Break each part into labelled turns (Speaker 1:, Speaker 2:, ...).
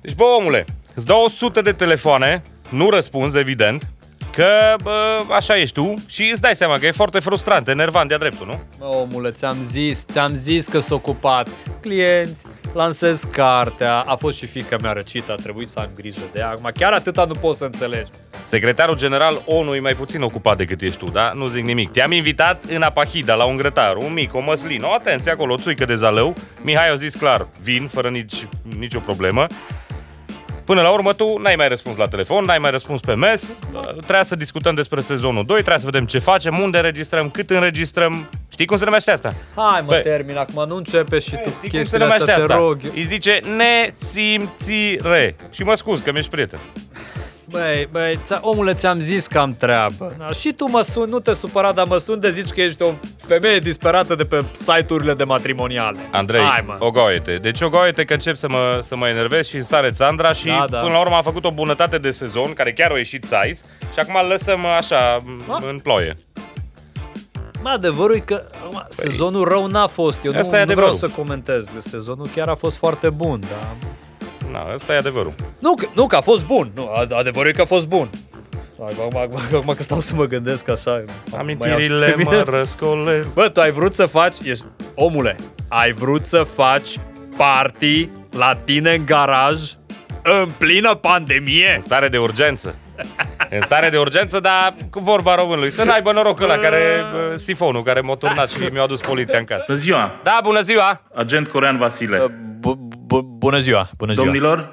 Speaker 1: Deci, bă, omule, îți dau 100 de telefoane, nu răspunzi, evident, că bă, așa ești tu și îți dai seama că e foarte frustrant, enervant de-a dreptul, nu?
Speaker 2: Mă, omule, ți-am zis, ți-am zis că s-a ocupat. Clienți, lansez cartea, a fost și fica mea răcită, a trebuit să am grijă de ea. Acum chiar atâta nu poți să înțelegi.
Speaker 1: Secretarul general ONU e mai puțin ocupat decât ești tu, da? Nu zic nimic. Te-am invitat în Apahida, la un grătar, un mic, o măslină, o atenție acolo, o țuică de zalău. Mihai a zis clar, vin, fără nici, nicio problemă. Până la urmă, tu n-ai mai răspuns la telefon, n-ai mai răspuns pe mes, uh, trebuia să discutăm despre sezonul 2, trebuia să vedem ce facem, unde înregistrăm, cât înregistrăm. Știi cum se numește asta?
Speaker 2: Hai mă,
Speaker 1: Băi.
Speaker 2: termin acum, nu începe și tu
Speaker 1: Știi cum se
Speaker 2: chestiile astea,
Speaker 1: numește
Speaker 2: te
Speaker 1: asta?
Speaker 2: rog.
Speaker 1: Îi zice nesimțire. Și mă scuz că mi-ești prieten.
Speaker 2: Băi, băi, ți omule, ți-am zis că am treabă. Da, și tu mă suni, nu te supăra, dar mă suni de zici că ești o femeie disperată de pe site-urile de matrimoniale.
Speaker 1: Andrei,
Speaker 2: Hai, mă.
Speaker 1: ogoiete. Deci ogoiete că încep să mă, să mă enervez și în sare Sandra și
Speaker 2: Da, da.
Speaker 1: până la urmă am făcut o bunătate de sezon, care chiar o ieșit size și acum îl lăsăm așa
Speaker 2: Ah.
Speaker 1: în ploaie.
Speaker 2: Mă, adevărul e că acum, sezonul rău n-a fost. Eu
Speaker 1: Păi. Asta e
Speaker 2: nu, nu vreau
Speaker 1: adevărul.
Speaker 2: să comentez. Sezonul chiar a fost foarte bun, da? dar...
Speaker 1: Na, ăsta e adevărul.
Speaker 2: Nu, că- nu că a fost bun. Nu, ad- adevărul e că a fost bun. Acum, acum, acum că stau să mă gândesc așa... mă iau și pe
Speaker 1: Amintirile
Speaker 2: mine.
Speaker 1: mă răscolesc.
Speaker 2: Bă, tu ai vrut să faci, ești, omule, ai vrut să faci party la tine în garaj în plină pandemie?
Speaker 1: În stare de urgență. În stare de urgență, dar cu vorba românului. Să n-aibă noroc ăla care, bă, sifonul care m-a turnat și mi-a adus poliția în casă.
Speaker 3: Bună ziua!
Speaker 1: Da, bună ziua!
Speaker 3: Agent Corean Vasile.
Speaker 2: Bună ziua, bună
Speaker 3: Domnilor,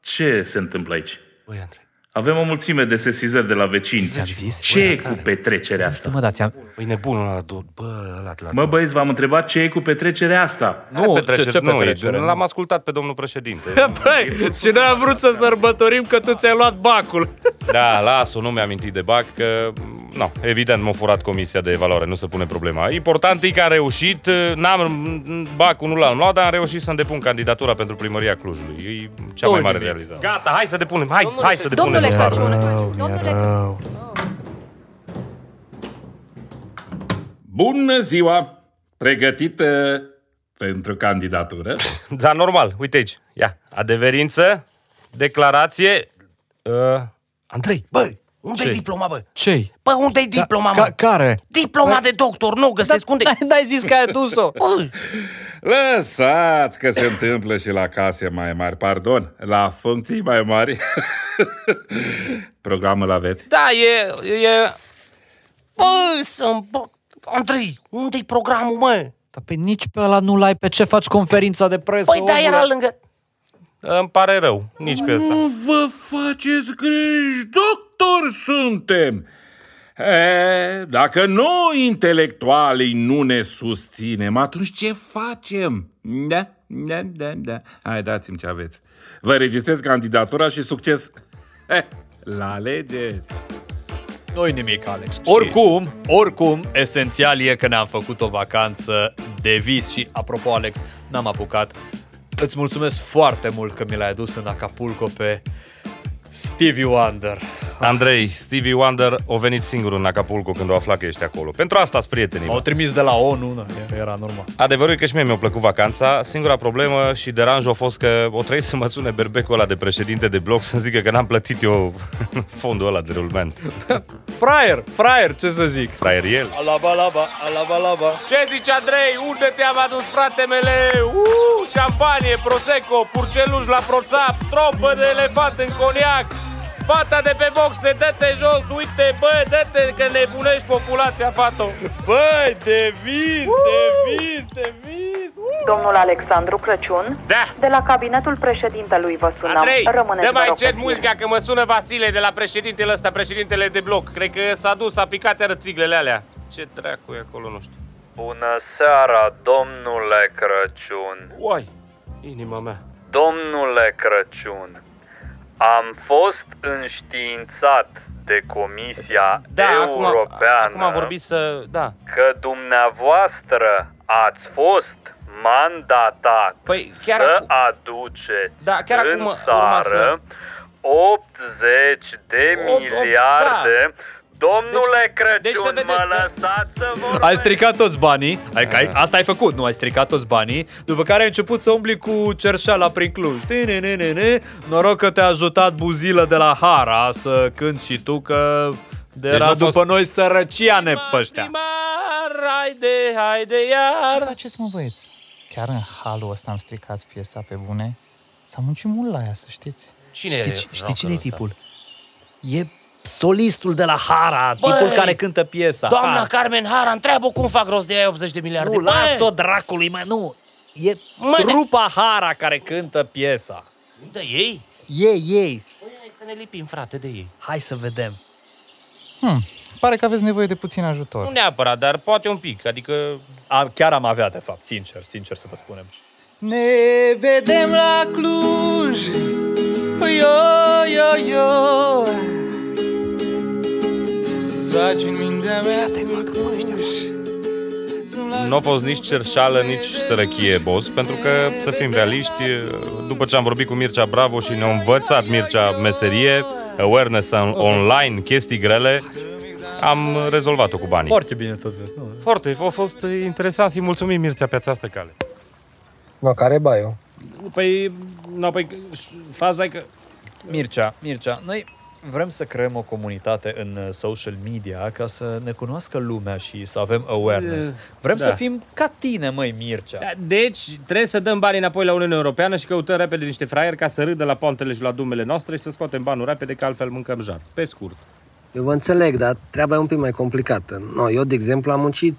Speaker 3: ce se întâmplă aici?
Speaker 2: Băi, Andrei,
Speaker 3: Avem o mulțime de sesizări de la vecini.
Speaker 2: Ți-am zis?
Speaker 3: Ce
Speaker 2: Băi,
Speaker 3: e cu petrecerea asta?
Speaker 2: mă, da, ți-am...
Speaker 1: Păi nebunul ăla, do- bă, ăla de la...
Speaker 3: Mă băieți, v-am întrebat ce e cu petrecerea asta.
Speaker 2: Nu, ce, ce
Speaker 1: nu,
Speaker 2: petrecere?
Speaker 1: e- L-am ascultat pe domnul președinte.
Speaker 2: Băi, și noi am vrut să sărbătorim că tu ți-ai luat bacul.
Speaker 1: da, las-o, nu mi-am mintit de bac, că... mm, No, evident, m-a furat comisia de evaluare, nu se pune problema. Important e că am reușit, eh, n-am, mm, bacul nu l-am luat, dar am reușit să îndepun candidatura pentru primăria Clujului. E cea mai
Speaker 2: Ui,
Speaker 1: mare
Speaker 2: nimic.
Speaker 1: realizare. Gata, hai să depunem, hai, hai să depunem.
Speaker 4: Domnule
Speaker 1: dosarul.
Speaker 4: Crăciun, domnule Crăciun.
Speaker 5: Bună ziua! Pregătită pentru candidatură?
Speaker 1: Dar Da, normal, uite aici. Ia, adeverință, declarație. Uh, Andrei,
Speaker 6: Bă, unde
Speaker 1: Ce?
Speaker 6: e diploma, bă?
Speaker 2: Ce?
Speaker 6: Bă, unde e diploma, mă?
Speaker 2: care?
Speaker 6: Diploma de doctor, nu o găsesc unde...
Speaker 2: N-ai zis că ai adus-o.
Speaker 6: Bă,
Speaker 5: Lăsați că se întâmplă și la case mai mari, pardon, la funcții mai mari. Programul aveți?
Speaker 1: da, e, e...
Speaker 6: bă, să-mi bă... Andrei, unde e programul, mă?
Speaker 7: Dar pe Păi nici pe ăla nu l-ai. Pe ce faci conferința de presă?
Speaker 6: Păi da,
Speaker 7: omule?
Speaker 6: era lângă...
Speaker 1: Îmi pare rău, nici pe asta.
Speaker 5: Nu vă faceți griji, doctor suntem! E, dacă noi, intelectualii, nu ne susținem, atunci ce facem? Da, da, da, da. Hai, dați-mi ce aveți. Vă registrez candidatura și succes la alegeri.
Speaker 2: Nu-i nimic, Alex. Oricum, oricum, esențial e că ne-am făcut o vacanță de vis și, apropo, Alex, n-am apucat. Îți mulțumesc foarte mult că mi l-ai adus în Acapulco pe Stevie Wonder.
Speaker 1: Andrei, Stevie Wonder a venit singur în Acapulco când o afla că ești acolo. Pentru asta sunt prietenii
Speaker 2: M-au
Speaker 1: mei.
Speaker 2: trimis de la ONU, na, era normal.
Speaker 1: Adevărul e că și mie mi-a plăcut vacanța. Singura problemă și deranjul a fost că o trebuie să mă sune berbecul ăla de președinte de bloc să-mi zică că n-am plătit eu fondul ăla de rulment.
Speaker 2: Fraier, fraier, ce să zic?
Speaker 1: Fraier el.
Speaker 2: Alaba, laba, alaba, laba.
Speaker 1: Ce zici, Andrei? Unde te-am adus, frate mele? Uh, șampanie, prosecco, purceluș la proțap, trompă de elefant în coniac. Fata de pe box, te dă-te jos, uite, bă, dă-te că nebunești populația, fato. Băi, de vis, de vis, de vis. Uh.
Speaker 8: Domnul Alexandru Crăciun,
Speaker 1: Da.
Speaker 8: de la cabinetul președintelui vă sunăm.
Speaker 1: Andrei,
Speaker 8: Rămâneți,
Speaker 1: dă
Speaker 8: vă
Speaker 1: mai
Speaker 8: rog,
Speaker 1: încet
Speaker 8: pe fir.
Speaker 1: muzica că mă sună Vasile de la președintele ăsta, președintele de bloc. Cred că s-a dus, a picat iară țiglele alea. Ce dracu e acolo, nu știu.
Speaker 9: Bună seara, domnule Crăciun.
Speaker 1: Uai, inima mea.
Speaker 9: Domnule Crăciun, am fost înștiințat de Comisia Europeană
Speaker 1: Da, acum am vorbit să... Da.
Speaker 9: că dumneavoastră ați fost mandatat
Speaker 1: Păi chiar
Speaker 9: să
Speaker 1: acum-
Speaker 9: aduceți
Speaker 1: Da, chiar
Speaker 9: în
Speaker 1: acum urma
Speaker 9: țară
Speaker 1: să-
Speaker 9: 80 de
Speaker 1: Ob- ob-
Speaker 9: miliarde Domnule Crăciun,
Speaker 4: da. deci să vedeți
Speaker 9: mă
Speaker 4: că-
Speaker 9: lăsați să vorbesc.
Speaker 2: Ai stricat toți banii, ai, ai, asta ai făcut, nu? Ai stricat toți banii, după care ai început să umbli cu cerșeala prin Cluj. Tine-ne-ne-ne. Noroc că te-a ajutat buzilă de la Hara să cânti și tu, că de deci
Speaker 1: n-a
Speaker 2: era
Speaker 1: fost-
Speaker 2: după noi sărăciane pe ăștia.
Speaker 4: Primar, haide, haide
Speaker 10: Ce
Speaker 4: iar.
Speaker 10: faceți, mă, băieți? Chiar în halul ăsta am stricat piesa pe bune? S-a muncit mult la ea, să știți.
Speaker 4: Cine
Speaker 10: știi,
Speaker 4: e
Speaker 10: știi
Speaker 4: rockerul
Speaker 10: cine e
Speaker 4: ăsta?
Speaker 10: tipul? E solistul de la Hara,
Speaker 4: Băi,
Speaker 10: tipul care cântă piesa.
Speaker 4: Doamna
Speaker 10: Ha.
Speaker 4: Carmen Hara, întreabă cum fac rost de aia 80 de miliarde.
Speaker 10: Nu,
Speaker 4: Bă,
Speaker 10: las-o dracului, mă, nu! E
Speaker 4: Mă, de-
Speaker 10: trupa Hara care cântă piesa.
Speaker 4: De ei?
Speaker 10: Ei, ei!
Speaker 4: Păi hai să ne lipim, frate, de ei.
Speaker 10: Hai să vedem.
Speaker 7: Pare că aveți nevoie de puțin ajutor.
Speaker 1: Nu neapărat, dar poate un pic, adică...
Speaker 2: Am, chiar am avea, de fapt, sincer, sincer să vă spunem.
Speaker 7: Ne vedem la Cluj Yo, yo, yo Să-ți bagi în mintea mea Te fac
Speaker 1: Nu a fost nici cerșală, nici sărăchie, boss, pentru că, să fim realiști, după ce am vorbit cu Mircea Bravo și ne-a învățat Mircea meserie, awareness on- online, chestii grele, am rezolvat-o cu banii.
Speaker 2: Foarte bine să zic, nu?
Speaker 1: Foarte, a fost e, interesant și mulțumim Mircea pe această cale.
Speaker 4: No, care baiu?
Speaker 2: Păi, na, păi, faza e că... Mircea, Mircea, noi vrem să creăm o comunitate în uh, social media ca să ne cunoască lumea și să avem awareness. Vrem da. să fim ca tine, măi, Mircea. Da.
Speaker 4: Deci, trebuie să dăm bani înapoi la Uniunea Europeană și căutăm repede niște fraieri ca să râdă la poantele și la dumele noastre și să scoatem banul repede, că altfel mâncăm jar. Pe scurt.
Speaker 9: Eu vă înțeleg, dar treaba e un pic mai complicată. No, eu, de exemplu, am muncit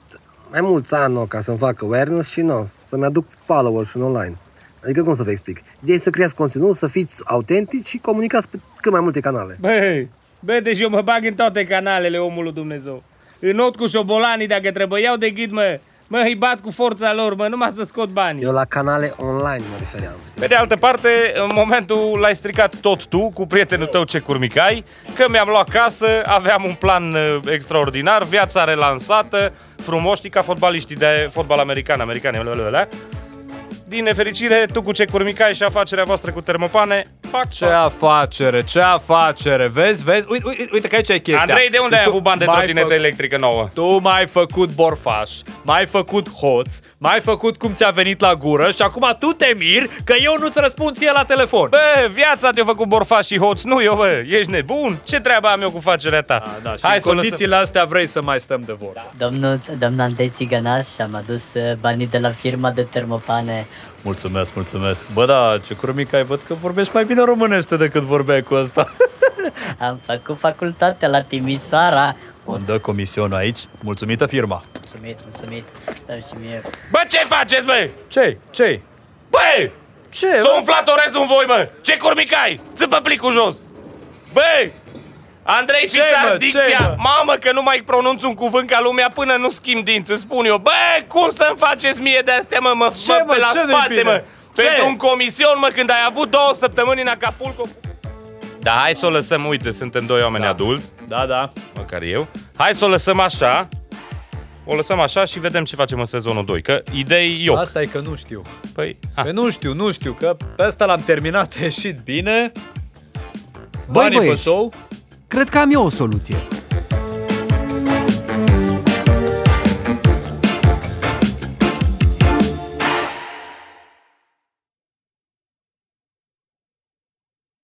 Speaker 9: mai mulți ani no, ca să-mi fac awareness și no, să-mi aduc followers în online. Adică cum să vă explic? Ideea e să creați conținut, să fiți autentici și comunicați pe cât mai multe canale.
Speaker 4: Băi, bă, deci eu mă bag în toate canalele, omul lui Dumnezeu. În not cu șobolanii, dacă trebuiau de ghid, mă, mă, îi bat cu forța lor, mă, numai să scot banii.
Speaker 9: Eu la canale online mă refeream.
Speaker 1: Pe de altă parte, în momentul l-ai stricat tot tu cu prietenul tău ce curmicai, că mi-am luat casă, aveam un plan uh, extraordinar, viața relansată, frumos, știi, ca fotbaliștii de fotbal american, americani, blablabla. Din nefericire, tu cu ce curmicai și afacerea voastră cu termopane, fac
Speaker 2: Ce afacere, ce afacere, vezi, vezi, uite, uite, uite că aici e chestia.
Speaker 1: Andrei, de unde
Speaker 2: Deci
Speaker 1: ai
Speaker 2: tu
Speaker 1: avut bani de
Speaker 2: mai
Speaker 1: trotinetă
Speaker 2: fă-
Speaker 1: electrică nouă?
Speaker 2: Tu m-ai făcut borfaș, m-ai făcut hoț, m-ai făcut cum ți-a venit la gură și acum tu te miri că eu nu-ți răspund ție la telefon.
Speaker 1: Bă, viața te-a făcut borfaș și hoț, nu eu, bă, ești nebun? Ce treabă am eu cu facerea ta?
Speaker 2: Da, da, și Hai în
Speaker 1: să o lăsăm.
Speaker 2: condițiile astea vrei să mai stăm de vorbă. Da.
Speaker 10: Domnul, doamna Andrei Țigănaș, am adus uh, banii de la firma de termopane.
Speaker 2: Mulțumesc, mulțumesc. Bă, da, ce curmic ai, văd că vorbești mai bine românește decât vorbeai cu ăsta.
Speaker 10: Am făcut facultatea la Timișoara.
Speaker 2: Îmi dă comisionul aici, mulțumită firma.
Speaker 10: Mulțumit, mulțumit. Dar și mie.
Speaker 1: Bă, ce faceți, bă?
Speaker 2: Cei, cei?
Speaker 1: Bă!
Speaker 2: Ce?
Speaker 1: S-a umflat orezul în voi, mă! Ce curmicai? Țipă plicul jos! Băi! Andrei și
Speaker 2: Ce,
Speaker 1: ți
Speaker 2: mă?
Speaker 1: dicția!
Speaker 2: Ce, mă?
Speaker 1: Mamă, că nu mai pronunț un cuvânt ca lumea până nu schimb dinți, îți spun eu. Bă, cum să-mi faceți mie de astea, mă? Mă,
Speaker 2: Ce,
Speaker 1: mă,
Speaker 2: mă?
Speaker 1: pe la
Speaker 2: Ce nu-i
Speaker 1: spate,
Speaker 2: bine?
Speaker 1: mă!
Speaker 2: Ce?
Speaker 1: Pentru un comision, mă, când ai avut două săptămâni în Acapulco... Da, hai să o lăsăm, uite, suntem doi oameni da. adulți,
Speaker 2: Da, da.
Speaker 1: măcar eu. Hai să o lăsăm așa, o lăsăm așa și vedem ce facem în sezonul 2, că idei eu.
Speaker 2: Asta e că nu știu.
Speaker 1: Păi, ha.
Speaker 2: Că nu știu, nu știu, că pe asta l-am terminat, a ieșit bine.
Speaker 7: Băi,
Speaker 2: Banii pe
Speaker 7: băieți.
Speaker 2: show.
Speaker 4: Cred că am eu o soluție.